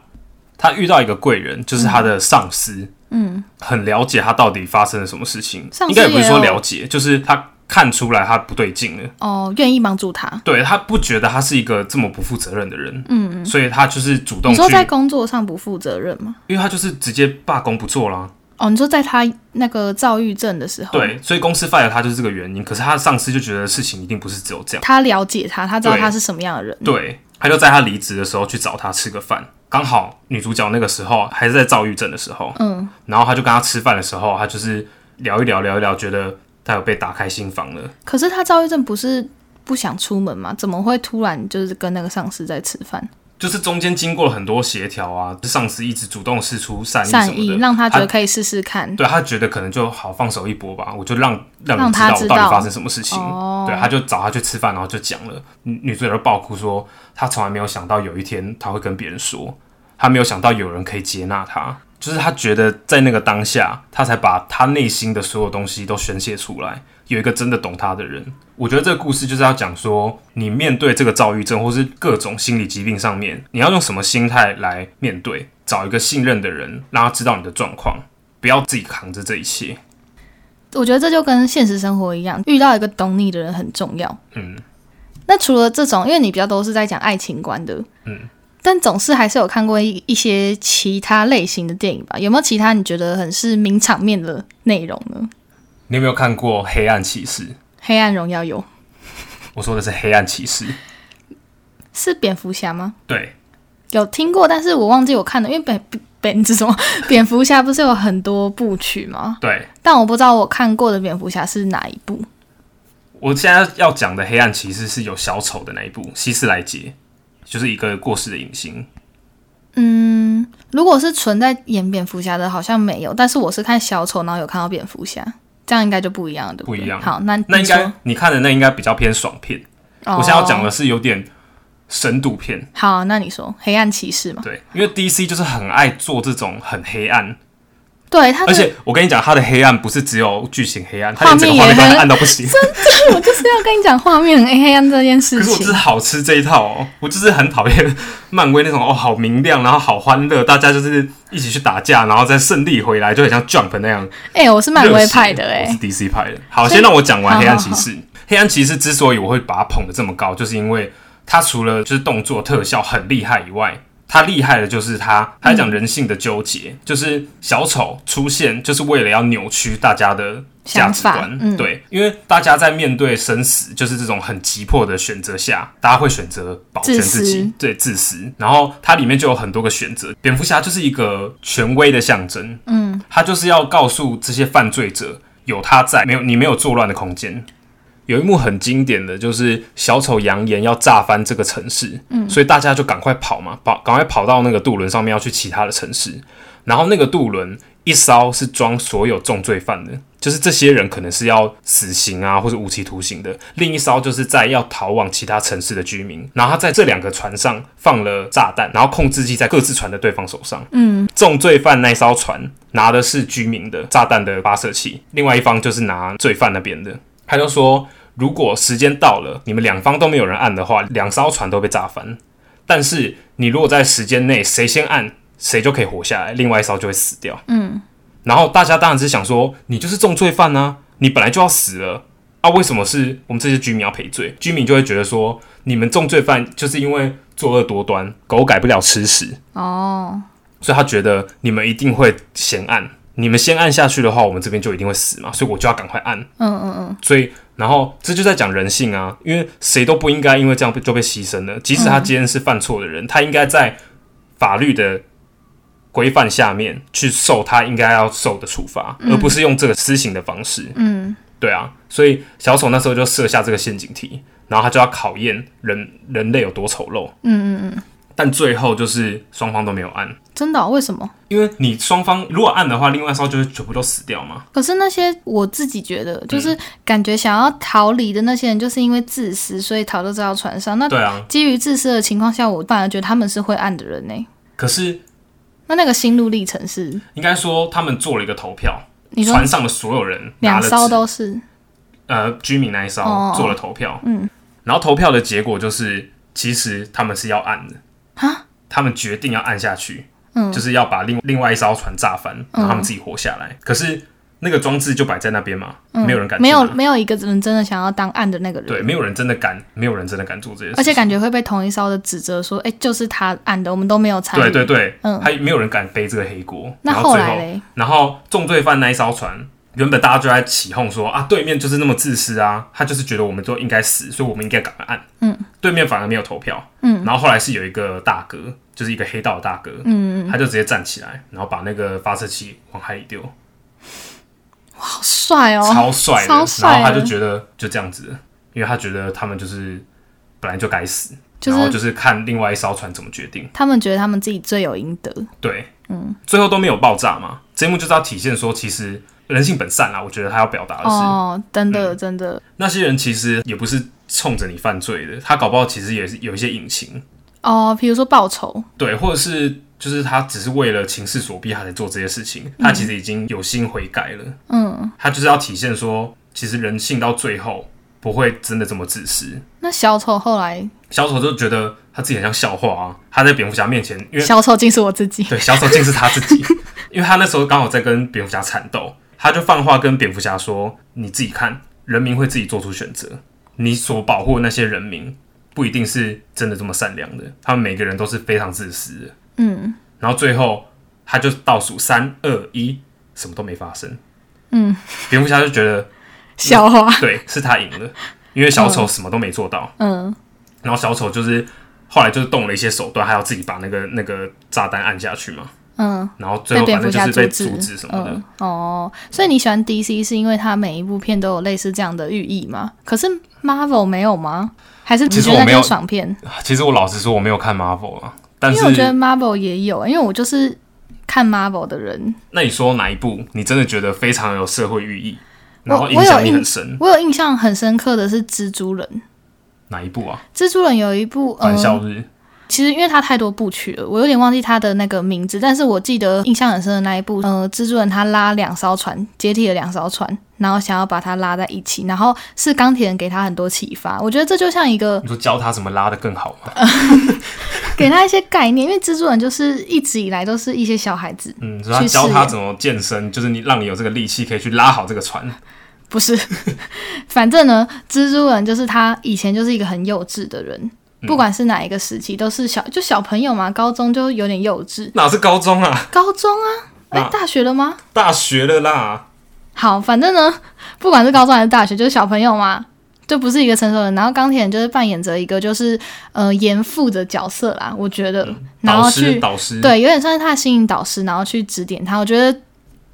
A: 他遇到一个贵人，就是他的上司，嗯，很了解他到底发生了什么事情。
B: 上司
A: 应该也不是说
B: 也有
A: 了解，就是他看出来他不对劲了。
B: 哦，愿意帮助他。
A: 对他不觉得他是一个这么不负责任的人，嗯嗯，所以他就是主动
B: 你
A: 去
B: 说，在工作上不负责任吗？
A: 因为他就是直接罢工不做啦，
B: 哦，你说在他那个躁郁症的时候，，
A: 对，所以公司 fire 他就是这个原因。可是他上司就觉得事情一定不是只有这样。
B: 他了解他，他知道
A: 对
B: 他是什么样的人。
A: 对，他就在他离职的时候去找他吃个饭，刚好女主角那个时候还是在躁郁症的时候，
B: 嗯，
A: 然后他就跟他吃饭的时候，他就是聊一聊聊一聊，觉得他有被打开心房了。
B: 可是他躁郁症不是不想出门吗？怎么会突然就是跟那个上司在吃饭？
A: 就是中间经过了很多协调啊，上司一直主动示出善意什
B: 善
A: 么
B: 意
A: 的，
B: 让他觉得
A: 他
B: 可以试试看。
A: 对他觉得可能就好放手一搏吧，我就让让
B: 让
A: 你知
B: 他
A: 道
B: 知
A: 我到
B: 道
A: 底发生什么事情。
B: 哦
A: 对，他就找他去吃饭，然后就讲了，女女主角就爆哭说，她从来没有想到有一天她会跟别人说，她没有想到有人可以接纳她，就是她觉得在那个当下，她才把她内心的所有东西都宣泄出来，有一个真的懂她的人。我觉得这个故事就是要讲说，你面对这个躁郁症或是各种心理疾病上面，你要用什么心态来面对，找一个信任的人，让他知道你的状况，不要自己扛着这一切。
B: 我觉得这就跟现实生活一样，遇到一个懂你的人很重要。
A: 嗯，
B: 那除了这种，因为你比较都是在讲爱情观的，
A: 嗯，
B: 但总是还是有看过一一些其他类型的电影吧？有没有其他你觉得很是名场面的内容呢？
A: 你有没有看过《黑暗骑士》？
B: 《黑暗荣耀》有
A: 我说的是《黑暗骑士》，
B: 是蝙蝠侠吗？
A: 对，
B: 有听过，但是我忘记我看了，因为蝙蝙蝙是什么？ 蝙蝠侠不是有很多部曲吗？
A: 对
B: 但我不知道我看过的蝙蝠侠是哪一部。
A: 我现在要讲的《黑暗骑士》是有小丑的那一部，希斯莱杰，就是一个过世的影星。
B: 嗯，如果是存在演蝙蝠侠的，好像没有。但是我是看小丑，然后有看到蝙蝠侠，这样应该就不一样了，对不对？
A: 不一样
B: 好，那
A: 那应
B: 你
A: 该
B: 说
A: 你看的那应该比较偏爽片，
B: 哦
A: 我现在要讲的是有点深度片，
B: 好，那你说黑暗骑士嘛？
A: 对，因为 DC 就是很爱做这种很黑暗，
B: 啊对，他
A: 而
B: 的
A: 且我跟你讲，它的黑暗不是只有剧情黑暗，它
B: 画
A: 连
B: 面
A: 整个画面都
B: 也
A: 很
B: 很
A: 暗到不行。
B: 我就是要跟你讲画面很黑暗这件事
A: 可是我就
B: 情
A: 是。好吃这一套哦，我就是很讨厌 漫威那种哦，好明亮，然后好欢乐，大家就是一起去打架，然后再胜利回来，就很像 Jump 那样。
B: 哎、我是漫威派的
A: 热血
B: 哎、
A: 我是 DC 派的。好，
B: 所以
A: 先让我讲完
B: 好
A: 黑暗
B: 好
A: 骑士。 黑暗骑士之所以我会把它捧得这么高，就是因为它除了就是动作特效很厉害以外，它厉害的就是它，它
B: 嗯
A: 讲人性的纠结，就是小丑出现就是为了要扭曲大家的。价值
B: 想
A: 观
B: 法、嗯
A: 对，因为大家在面对生死，就是这种很急迫的选择下，大家会选择保全自
B: 自
A: 己，
B: 私
A: 对自私。然后它里面就有很多个选择，蝙蝠侠就是一个权威的象征，嗯，他就是要告诉这些犯罪者有他在，没有你没有作乱的空间。有一幕很经典的就是小丑扬言要炸翻这个城市，嗯，所以大家就赶快跑嘛，跑赶快跑到那个渡轮上面要去其他的城市，然后那个渡轮一艘是装所有重罪犯的，就是这些人可能是要死刑啊，或者无期徒刑的；另一艘就是在要逃往其他城市的居民。然后他在这两个船上放了炸弹，然后控制器在各自船的对方手上。嗯，重罪犯那艘船拿的是居民的炸弹的发射器，另外一方就是拿罪犯那边的。他就说，如果时间到了，你们两方都没有人按的话，两艘船都被炸翻。但是你如果在时间内谁先按，谁就可以活下来，另外一艘就会死掉。嗯，然后大家当然是想说，你就是重罪犯啊，你本来就要死了啊，为什么是我们这些居民要赔罪？居民就会觉得说，你们重罪犯就是因为作恶多端，狗改不了吃屎，
B: 哦，
A: 所以他觉得你们一定会先按，你们先按下去的话，我们这边就一定会死嘛，所以我就要赶快按。
B: 嗯嗯嗯，
A: 所以，然后这就在讲人性啊，因为谁都不应该因为这样被就被牺牲了。即使他今天是犯错的人，他应该在法律的规范下面去受他应该要受的处罚，而不是用这个私刑的方式。嗯，对啊，所以小丑那时候就设下这个陷阱题，然后他就要考验人人类有多丑陋。嗯嗯嗯。但最后就是双方都没有按，
B: 真的哦、为什么？
A: 因为你双方如果按的话，另外一方就会全部都死掉嘛。
B: 可是那些我自己觉
A: 嗯
B: 得，就是感觉想要逃离的那些人，就是因为自私，所以逃到这条船上。那
A: 对啊，
B: 基于自私的情况下，我反而觉得他们是会暗的人呢。
A: 可是
B: 那那个心路历程是，
A: 应该说他们做了一个投票。
B: 你说
A: 船上的所有人拿
B: 两
A: 了
B: 艘
A: 纸
B: 都是，
A: 呃居民那一艘、
B: 哦
A: 做了投票，嗯，然后投票的结果就是，其实他们是要按的，他们决定要按下去，嗯，就是要把另另外一艘船炸
B: 嗯
A: 翻，让他们自己活下来。可是那个装置就摆在那边嘛，没有人敢
B: 嗯没有
A: 进来
B: 没有一个人真的想要当暗的那个人。
A: 对，没有人真的敢，没有人真的敢做这些事情，
B: 而且感觉会被同一艘的指责说，哎、就是他暗的，我们都没有参与。
A: 对对对，
B: 嗯
A: 还没有人敢背这个黑锅。
B: 那
A: 然后
B: 后
A: 最
B: 来
A: 后
B: 嘞，
A: 然后重罪犯那一艘船，原本大家就在起哄说啊，对面就是那么自私啊，他就是觉得我们就应该死，所以我们应该赶快按。嗯，对面反而没有投票。嗯，然后后来是有一个大哥，就是一个黑道的大哥，嗯，他就直接站起来，然后把那个发射器往海里丢，
B: 好帅哦，
A: 哦超帅啊的。
B: 超帅的
A: 然后他就觉得就这样子了，因为他觉得他们就是本来就该死，
B: 就是
A: 然后就是看另外一艘船怎么决定。
B: 他们觉得他们自己罪有应得。
A: 对，嗯，最后都没有爆炸嘛。这一幕就是要体现说，其实人性本善啦。啊我觉得他要表达的是，嗯
B: 哦，真的、真的，
A: 那些人其实也不是冲着你犯罪的，他搞不好其实也是有一些隐情，
B: 哦，比如说报仇，
A: 对，或者是就是他只是为了情势所逼，他才做这些事情。他其实已经有心悔改了，嗯，他就是要体现说，其实人性到最后不会真的这么自私。
B: 那小丑后来，
A: 小丑就觉得他自己很像笑话啊，他在蝙蝠侠面前，因为
B: 小丑竟是我自己。
A: 对，小丑竟是他自 己，因为他那时候刚好在跟蝙蝠侠缠斗，他就放话跟蝙蝠侠说：“你自己看，人民会自己做出选择，你所保护的那些人民不一定是真的这么善良的，他们每个人都是非常自私的。”嗯，然后最后他就倒数三二一，什么都没发生。嗯，蝙蝠侠就觉得
B: 笑话，
A: 对，是他赢了，因为小丑什么都没做到。
B: 嗯，
A: 然后小丑就是后来就是动了一些手段，还要自己把那个那个炸弹按下去嘛。
B: 嗯，
A: 然后最
B: 被
A: 后
B: 蝙
A: 反
B: 蝠
A: 正就
B: 侠
A: 是被
B: 止，
A: 阻止什么的。
B: 嗯。哦，所以你喜欢 DC 是因为它每一部片都有类似这样的寓意吗？可是 Marvel 没有吗？还是你
A: 其实
B: 觉
A: 我
B: 得那
A: 没
B: 就
A: 有
B: 是爽片？
A: 其实我老实说，我没有看 Marvel 啊，但
B: 因
A: 是
B: 为我觉得 Marvel 也有，因为我就是看 Marvel 的人，
A: 那你说哪一部你真的觉得非常有社会寓意，然
B: 我
A: 后
B: 我
A: 影
B: 有
A: 响你
B: 印
A: 很深？
B: 我有印象很深刻的是蜘蛛人，
A: 哪一部啊？
B: 蜘蛛人有一部
A: 返
B: 呃，
A: 校日，
B: 其实因为它太多部曲了，我有点忘记它的那个名字，但是我记得印象很深的那一部，呃，蜘蛛人他拉两艘船，接替了两艘船，然后想要把它拉在一起，然后是钢铁人给他很多启发，我觉得这就像一个
A: 你说教他怎么拉的更好吗？
B: 给他一些概念，因为蜘蛛人就是一直以来都是一些小孩子，
A: 嗯，说他
B: 去
A: 教
B: 试
A: 他
B: 验
A: 怎么健身，就是你让你有这个力气可以去拉好这个船。
B: 不是， 反正呢，蜘蛛人就是他以前就是一个很幼稚的人，
A: 嗯
B: 不管是哪一个时期，都是小就小朋友嘛，高中就有点幼稚，
A: 哪是高中啊，
B: 高中啊，哎、
A: 那
B: 大学了吗？
A: 大学了啦。
B: 好，反正呢，不管是高中还是大学，就是小朋友嘛，就不是一个成熟人。然后钢铁人就是扮演着一个就是呃严父的角色啦，我觉得，然
A: 嗯导
B: 后
A: 师，
B: 去
A: 导师，
B: 对，有点算是他的心灵导师，然后去指点他。我觉得，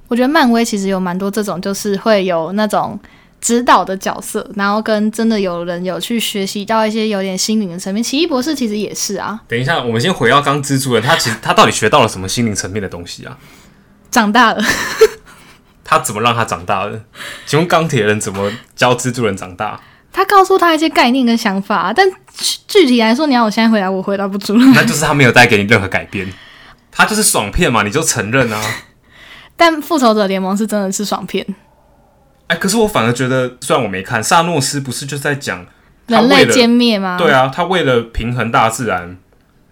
B: 我觉得漫威其实有蛮多这种，就是会有那种指导的角色，然后跟真的有人有去学习到一些有点心灵的层面。奇异博士其实也是啊，
A: 等一下，我们先回到刚蜘蛛人，他其实他到底学到了什么心灵层面的东西啊？
B: 长大了，
A: 他怎么让他长大的？请问钢铁人怎么教蜘蛛人长大？
B: 他告诉他一些概念跟想法、啊但具具体来说，你要我现在回答，我回答不出来。
A: 那就是他没有带给你任何改变，他就是爽片嘛，你就承认啊。
B: 但复仇者联盟是真的是爽片，
A: 哎，可是我反而觉得，虽然我没看，萨诺斯不是就在讲他
B: 人
A: 为
B: 类
A: 了
B: 歼灭吗？
A: 对啊，他为了平衡大自然，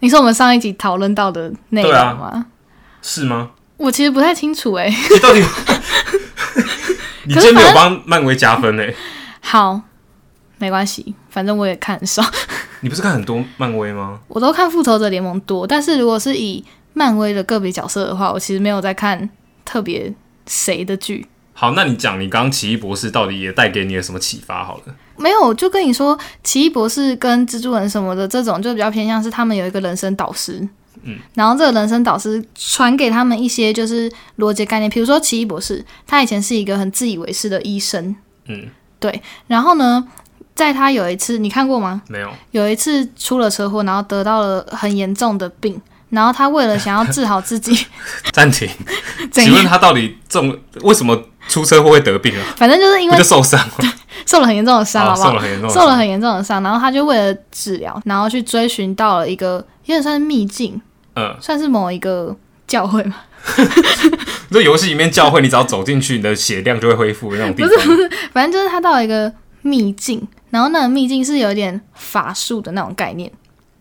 B: 你说我们上一集讨论到的内容
A: 对啊
B: 吗？
A: 是吗？
B: 我其实不太清楚哎、
A: 你到底，你今
B: 可
A: 天
B: 是
A: 没
B: 反
A: 有
B: 正
A: 帮漫威加分呢、 欸
B: 好，没关系，反正我也看很少，
A: 你不是看很多漫威吗？
B: 我都看复仇者联盟多。但是如果是以漫威的个别角色的话，我其实没有在看特别谁的剧。
A: 好，那你讲你刚刚奇异博士到底也带给你了什么启发？好了，
B: 没有，就跟你说，奇异博士跟蜘蛛人什么的这种，就比较偏向是他们有一个人生导师，嗯，然后这个人生导师传给他们一些就是逻辑概念，比如说奇异博士，他以前是一个很自以为是的医生，
A: 嗯，
B: 对，然后呢，在他有一次，你看过吗？
A: 没有，
B: 有一次出了车祸，然后得到了很严重的病，然后他为了想要治好自己，
A: 暂停。
B: 怎
A: 请问
B: 样？
A: 他到底中为什么出车祸会得病啊？
B: 反正就是因
A: 不
B: 为
A: 就受伤 了？
B: 受了很严重的伤，
A: 哦
B: 好不好
A: 受了？很严重的伤，
B: 受了很严重的伤，然后他就为了治疗，然后去追寻到了一个有点算是秘境，
A: 嗯，
B: 算是某一个教会嘛，
A: 这游戏里面教会，你只要走进去，你的血量就会恢复的那种地方。
B: 反正就是他到了一个秘境，然后那个秘境是有点法术的那种概念，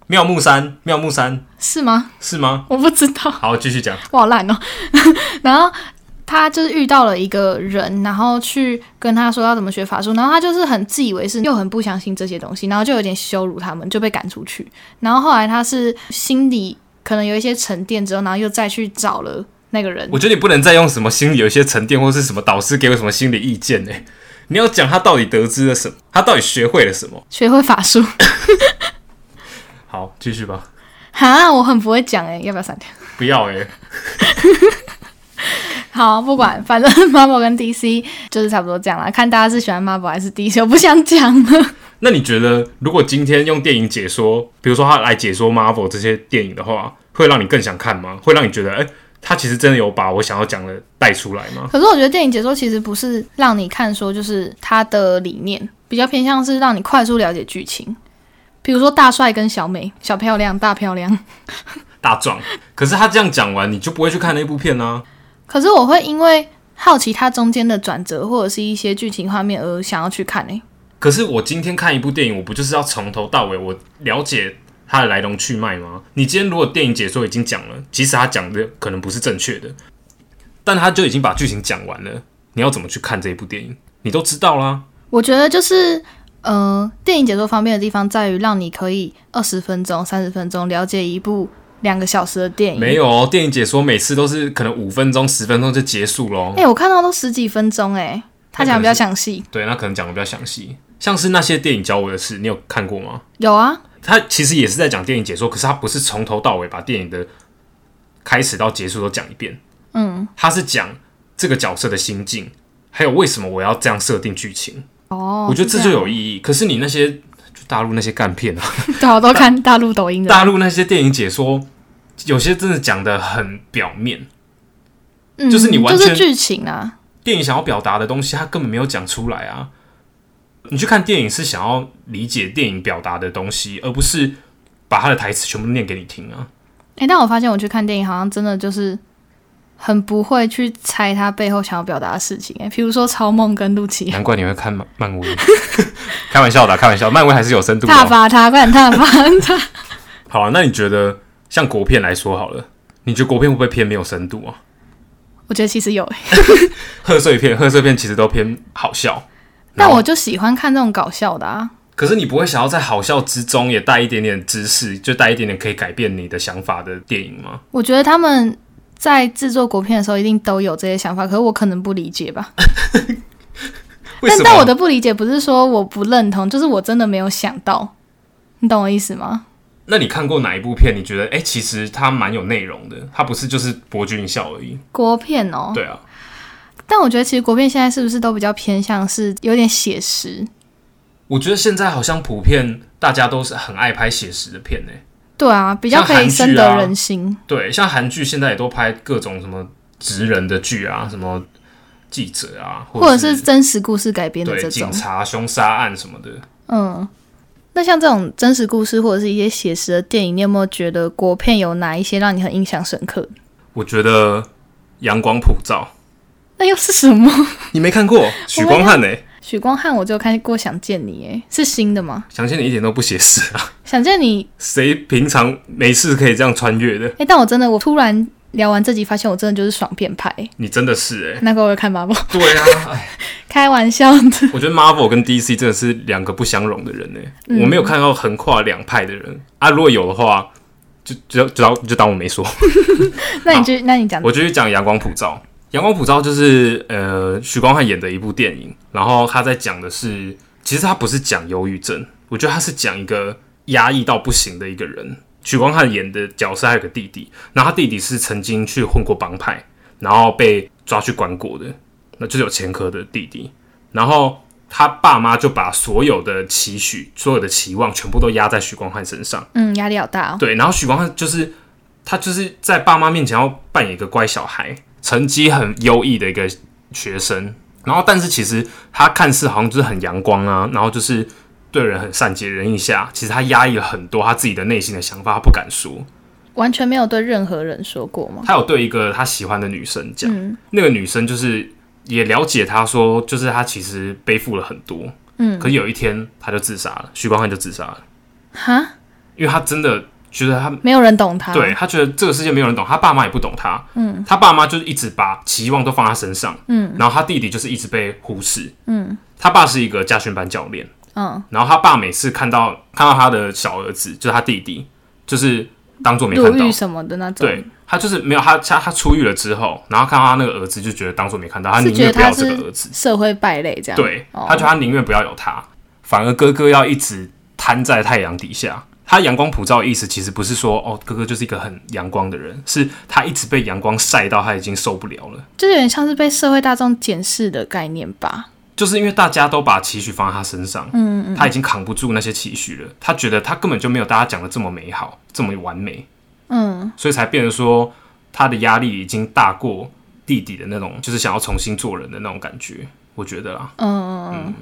A: 妙木山，妙木山
B: 是吗？
A: 是吗？
B: 我不知道，
A: 好，继续讲。
B: 我好烂哦。 然后他就是遇到了一个人，然后去跟他说要怎么学法术，然后他就是很自以为是，又很不相信这些东西，然后就有点羞辱他们，就被赶出去。然后后来他是心里可能有一些沉淀之后，然后又再去找了那个人
A: 我。觉得你不能再用什么心理有一些沉淀，或是什么导师给我什么心理意见呢、你要讲他到底得知了什么，他到底学会了什么。
B: 学会法术，
A: 好，继续吧。
B: 哈，我很不会讲哎、要不要删掉？
A: 不要哎、
B: 好，不管，反正 Marvel 跟 DC 就是差不多这样啦。看大家是喜欢 Marvel 还是 DC，我不想讲了。
A: 那你觉得，如果今天用电影解说，比如说他来解说 Marvel 这些电影的话，会让你更想看吗？会让你觉得，哎、他其实真的有把我想要讲的带出来吗？
B: 可是我觉得电影解说其实不是让你看说就是它的理念，比较偏向是让你快速了解剧情。比如说大帅跟小美、小漂亮、大漂亮。
A: 大壮，可是他这样讲完，你就不会去看那部片啊啦、
B: 可是我会因为好奇它中间的转折或者是一些剧情画面而想要去看诶、欸
A: 可是我今天看一部电影，我不就是要从头到尾我了解它的来龙去脉吗？你今天如果电影解说已经讲了，即使他讲的可能不是正确的，但他就已经把剧情讲完了，你要怎么去看这一部电影？你都知道啦，
B: 我觉得就是，呃，电影解说方面的地方在于让你可以二十分钟、三十分钟了解一部两个小时的电影。
A: 没有哦，电影解说每次都是可能五分钟、十分钟就结束喽。
B: 哎、我看到都十几分钟哎、他讲得比较详细。
A: 对，那可能讲的比较详细，像是那些电影教我的事，你有看过吗？
B: 有啊，
A: 他其实也是在讲电影解说，可是他不是从头到尾把电影的开始到结束都讲一遍。嗯，他是讲这个角色的心境，还有为什么我要这样设定剧情。
B: 哦，
A: 我觉得这
B: 是
A: 就
B: 样
A: 有意义。可是你那些就大陆那些干片啊，
B: 对啊，我都看大陆抖音的。
A: 大陆那些电影解说，有些真的讲的很表面，
B: 嗯，
A: 就是你完全
B: 就是剧情啊，
A: 电影想要表达的东西，他根本没有讲出来啊。你去看电影是想要理解电影表达的东西，而不是把他的台词全部念给你听啊。
B: 哎、但我发现我去看电影，好像真的就是很不会去猜他背后想要表达的事情、哎，比如说超梦跟 陆琪，
A: 难怪你会看漫漫威， 开玩笑的啊、开玩笑，漫威还是有深度的
B: 踏
A: 哦。
B: 伐他，快点踏伐 他。
A: 好啊，那你觉得像国片来说好了，你觉得国片会不会偏没有深度啊？
B: 我觉得其实有、哎
A: 贺岁片、贺岁片其实都偏好笑，
B: 但
A: 然后
B: 我就喜欢看这种搞笑的啊。
A: 可是你不会想要在好笑之中也带一点点知识，就带一点点可以改变你的想法的电影吗？
B: 我觉得他们在制作国片的时候一定都有这些想法，可是我可能不理解吧。
A: 为
B: 但
A: 什
B: 但我
A: 么？
B: 的不理解不是说我不认同，就是我真的没有想到，你懂我意思吗？
A: 那你看过哪一部片？你觉得哎、诶其实它蛮有内容的，它不是就是博君一笑而已。
B: 国片哦，
A: 对啊，
B: 但我觉得其实国片现在是不是都比较偏向是有点写实？
A: 我觉得现在好像普遍大家都是很爱拍写实的片呢、
B: 对啊，比较可以深
A: 像
B: 得
A: 韩剧啊
B: 人心。
A: 对，像韩剧现在也都拍各种什么职人的剧啊，什么记者啊，
B: 或者
A: 是
B: 是真实故事改编的
A: 对
B: 这
A: 警，
B: 种
A: 察凶杀案什么的。
B: 嗯，那像这种真实故事或者是一些写实的电影，你有没有觉得国片有哪一些让你很印象深刻？
A: 我觉得《阳光普照
B: 那又是什么？》
A: 你没看过，许光汉呢、
B: 许光汉我就看过《想见你》，哎，是新的吗？
A: 想见你一点都不写实啊！
B: 《想见你》
A: 谁平常没事可以这样穿越的？
B: 哎，但我真的，我突然聊完这集，发现我真的就是爽片 派。
A: 你真的是哎、
B: 那个我有看 Marvel，
A: 对啊，哎
B: 开玩笑的。
A: 我觉得 Marvel 跟 DC 真的是两个不相容的人呢、欸
B: 嗯
A: 我没有看到横跨两派的人啊，如果有的话，就就就当就当我没说。
B: 那你就，那你讲，
A: 我继续讲《阳光普照》。《阳光普照》就是呃许光汉演的一部电影，然后他在讲的是，其实他不是讲忧郁症，我觉得他是讲一个压抑到不行的一个人。许光汉演的角色还有个弟弟，然后他弟弟是曾经去混过帮派，然后被抓去关过的，那就是有前科的弟弟。然后他爸妈就把所有的期许、所有的期望全部都压在许光汉身上。
B: 嗯，压力好大 哦。
A: 对，然后许光汉就是他就是在爸妈面前要扮演一个乖小孩，成绩很优异的一个学生。然后，但是其实他看似好像就是很阳光啊，然后就是对人很善解人意下，其实他压抑了很多他自己的内心的想法，他不敢说。
B: 完全没有对任何人说过吗？
A: 他有对一个他喜欢的女生讲，
B: 嗯
A: 那个女生就是也了解他说，就是他其实背负了很多，
B: 嗯，
A: 可是有一天他就自杀了，许光汉就自杀了，
B: 哈，
A: 因为他真的觉得他
B: 没有人懂他。
A: 对，他觉得这个世界没有人懂，他爸妈也不懂他，嗯，他爸妈就是一直把期望都放在他身上，嗯，然后他弟弟就是一直被忽视，嗯，他爸是一个家训班教练，
B: 嗯，
A: 然后他爸每次看到看到他的小儿子，就是他弟弟，就是当做没
B: 入
A: 看到
B: 狱，什么的那种。
A: 对，他就是没有他他他出狱了之后，然后看到他那个儿子就觉得当做没看到，他
B: 是
A: 啊宁
B: 觉
A: 愿
B: 得
A: 不要
B: 他
A: 这
B: 是
A: 个儿子，
B: 社会败类这样。
A: 对，
B: 哦
A: 他觉得他宁愿不要有他，反而哥哥要一直摊在太阳底下。他阳光普照的意思其实不是说哦，哥哥就是一个很阳光的人，是他一直被阳光晒到他已经受不了了。
B: 就是有点像是被社会大众检视的概念吧。
A: 就是因为大家都把期许放在他身上，嗯嗯，他已经扛不住那些期许了。他觉得他根本就没有大家讲的这么美好，这么完美，
B: 嗯，
A: 所以才变成说他的压力已经大过弟弟的那种，就是想要重新做人的那种感觉。我觉得啦，嗯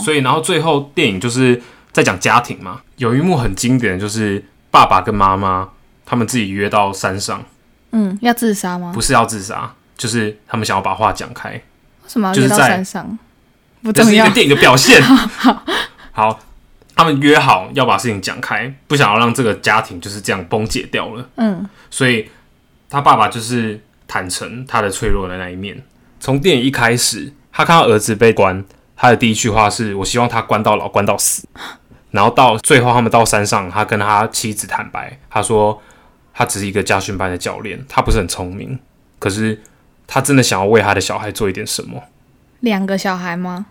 A: 所以然后最后电影就是在讲家庭嘛，有一幕很经典，就是爸爸跟妈妈他们自己约到山上，
B: 嗯，要自杀吗？
A: 不是要自杀，就是他们想要把话讲开，
B: 为什么要
A: 就是
B: 约到
A: 在
B: 山上？不
A: 这
B: 重
A: 是一
B: 要
A: 个。电影的表现。好，他们约好要把事情讲开，不想要让这个家庭就是这样崩解掉了，
B: 嗯，
A: 所以他爸爸就是坦诚他的脆弱的那一面。从电影一开始，他看到儿子被关，他的第一句话是：“我希望他关到老，关到死。”然后到最后，他们到山上，他跟他妻子坦白，他说他只是一个家训班的教练，他不是很聪明，可是他真的想要为他的小孩做一点什么。
B: 两个小孩吗？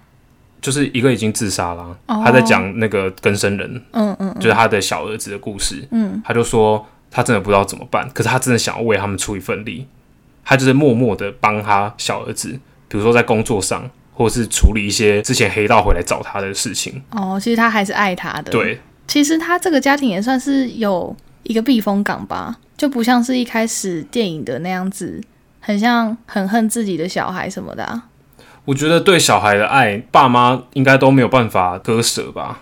A: 就是一个已经自杀了啊、
B: 哦
A: 他在讲那个更生人，
B: 嗯嗯
A: 就是他的小儿子的故事。
B: 嗯，
A: 他就说他真的不知道怎么办，可是他真的想要为他们出一份力，他就是默默的帮他小儿子，比如说在工作上，或者是处理一些之前黑道回来找他的事情。
B: 哦，其实他还是爱他的。，
A: 对，
B: 其实他这个家庭也算是有一个避风港吧，就不像是一开始电影的那样子，很像很恨自己的小孩什么的、啊。
A: 我觉得对小孩的爱，爸妈应该都没有办法割舍吧。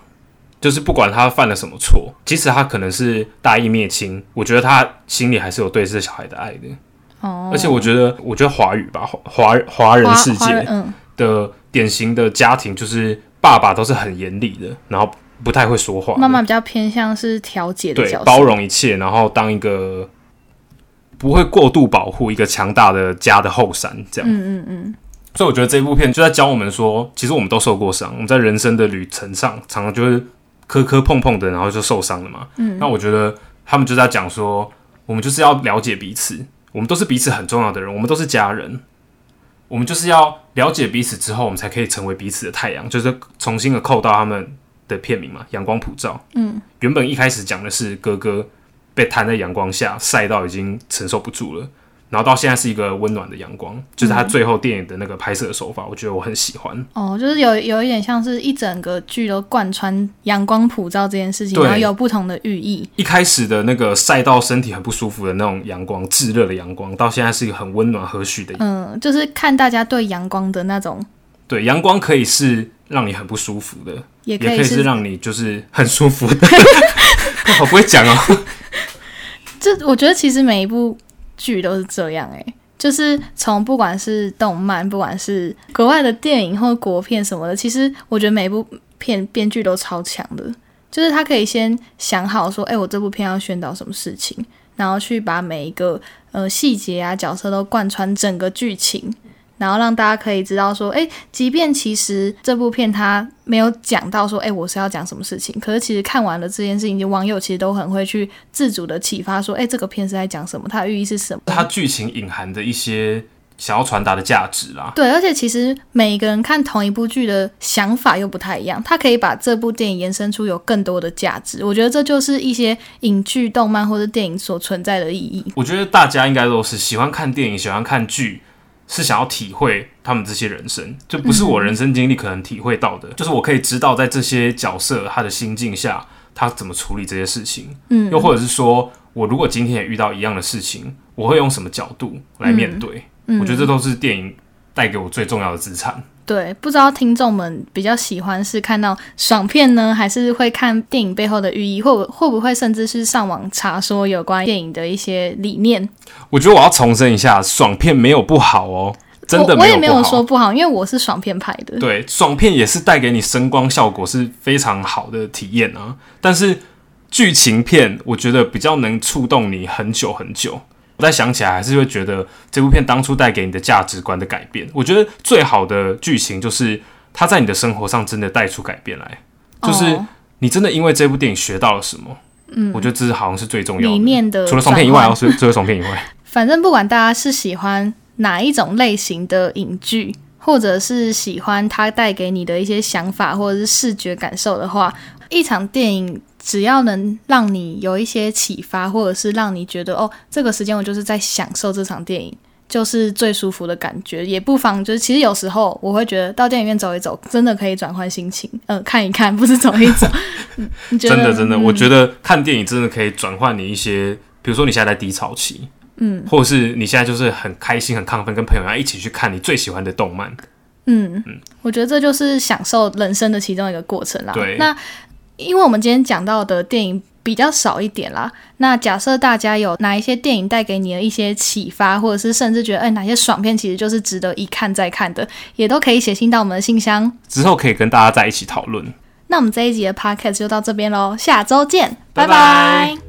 A: 就是不管他犯了什么错，即使他可能是大义灭亲，我觉得他心里还是有对这小孩的爱的。
B: 哦，
A: 而且我觉得，我觉得华语吧，华华华人
B: 华
A: 世
B: 华人
A: 界
B: 嗯，
A: 的典型的家庭，就是爸爸都是很严厉的，然后不太会说话的，
B: 妈妈比较偏向是调解的
A: 对
B: 角色，
A: 包容一切，然后当一个不会过度保护一个强大的家的后山，这样。
B: 嗯嗯嗯，
A: 所以我觉得这部片就在教我们说，其实我们都受过伤，我们在人生的旅程上，常常就是磕磕碰碰的，然后就受伤了嘛。嗯，那我觉得他们就在讲说，我们就是要了解彼此，我们都是彼此很重要的人，我们都是家人，我们就是要了解彼此之后，我们才可以成为彼此的太阳，就是重新的扣到他们的片名嘛，《阳光普照》。嗯，原本一开始讲的是哥哥被摊在阳光下晒到已经承受不住了。然后到现在是一个温暖的阳光，就是他最后电影的那个拍摄手法，我觉得我很喜欢。
B: 哦，就是有有一点像是一整个剧都贯穿阳光普照这件事情，
A: 对
B: 然后有不同的寓意，
A: 一开始的那个晒到身体很不舒服的那种阳光，炙热的阳光，到现在是一个很温暖和煦的。
B: 嗯，就是看大家对阳光的那种，
A: 对，阳光可以是让你很不舒服的，也
B: 也以
A: 可以
B: 是
A: 是让你就是很舒服的。我不会讲哦，
B: 这我觉得其实每一部剧都是这样欸诶、就是从不管是动漫，不管是国外的电影或国片什么的，其实我觉得每一部片编剧都超强的，就是他可以先想好说，哎、我这部片要宣导什么事情，然后去把每一个呃细节啊角色都贯穿整个剧情。然后让大家可以知道说，哎，即便其实这部片它没有讲到说，哎，我是要讲什么事情，可是其实看完了这件事情，就网友其实都很会去自主的启发说，哎，这个片是在讲什么，它的寓意是什么。
A: 它剧情隐含的一些想要传达的价值啦。
B: 对，而且其实每一个人看同一部剧的想法又不太一样，他可以把这部电影延伸出有更多的价值。我觉得这就是一些影剧、动漫或者电影所存在的意义。
A: 我觉得大家应该都是喜欢看电影、喜欢看剧，是想要体会他们这些人生，就不是我人生经历可能体会到
B: 嗯
A: 的。就是我可以知道，在这些角色他的心境下，他怎么处理这些事情。嗯，又或者是说我如果今天也遇到一样的事情，我会用什么角度来面对？
B: 嗯
A: 我觉得这都是电影带给我最重要的资产。
B: 对，不知道听众们比较喜欢是看到爽片呢，还是会看电影背后的寓意，或会不会甚至是上网查说有关电影的一些理念？
A: 我觉得我要重申一下，爽片没有不好哦，真的
B: 我我也没
A: 不好
B: 有说不好，因为我是爽片派 的。
A: 对，爽片也是带给你声光效果是非常好的体验啊。但是剧情片，我觉得比较能触动你很久很久。我再想起来，还是会觉得这部片当初带给你的价值观的改变。我觉得最好的剧情就是它在你的生活上真的带出改变来，就是
B: 哦
A: 你真的因为这部电影学到了什么。嗯，我觉得这是好像是最重要
B: 理
A: 的。
B: 念的
A: 除了爽片以
B: 转
A: 外
B: 换
A: 哦，除除了爽片以外，
B: 反正不管大家是喜欢哪一种类型的影剧，或者是喜欢它带给你的一些想法或者是视觉感受的话，一场电影只要能让你有一些启发，或者是让你觉得哦，这个时间我就是在享受这场电影。就是最舒服的感觉，也不妨就是，其实有时候我会觉得到电影院走一走，真的可以转换心情，嗯、看一看，不是走一走。你觉得
A: 真的真的，
B: 嗯
A: 我觉得看电影真的可以转换你一些，比如说你现在在低潮期，嗯，或者是你现在就是很开心、很亢奋，跟朋友要一起去看你最喜欢的动漫。
B: 嗯，我觉得这就是享受人生的其中一个过程啦。
A: 对
B: 那因为我们今天讲到的电影比较少一点啦，那假设大家有哪一些电影带给你的一些启发，或者是甚至觉得，哎，哪些爽片其实就是值得一看再看的，也都可以写信到我们的信箱。
A: 之后可以跟大家在一起讨论。
B: 那我们这一集的 podcast 就到这边喽，下周见，
A: 拜拜
B: 拜拜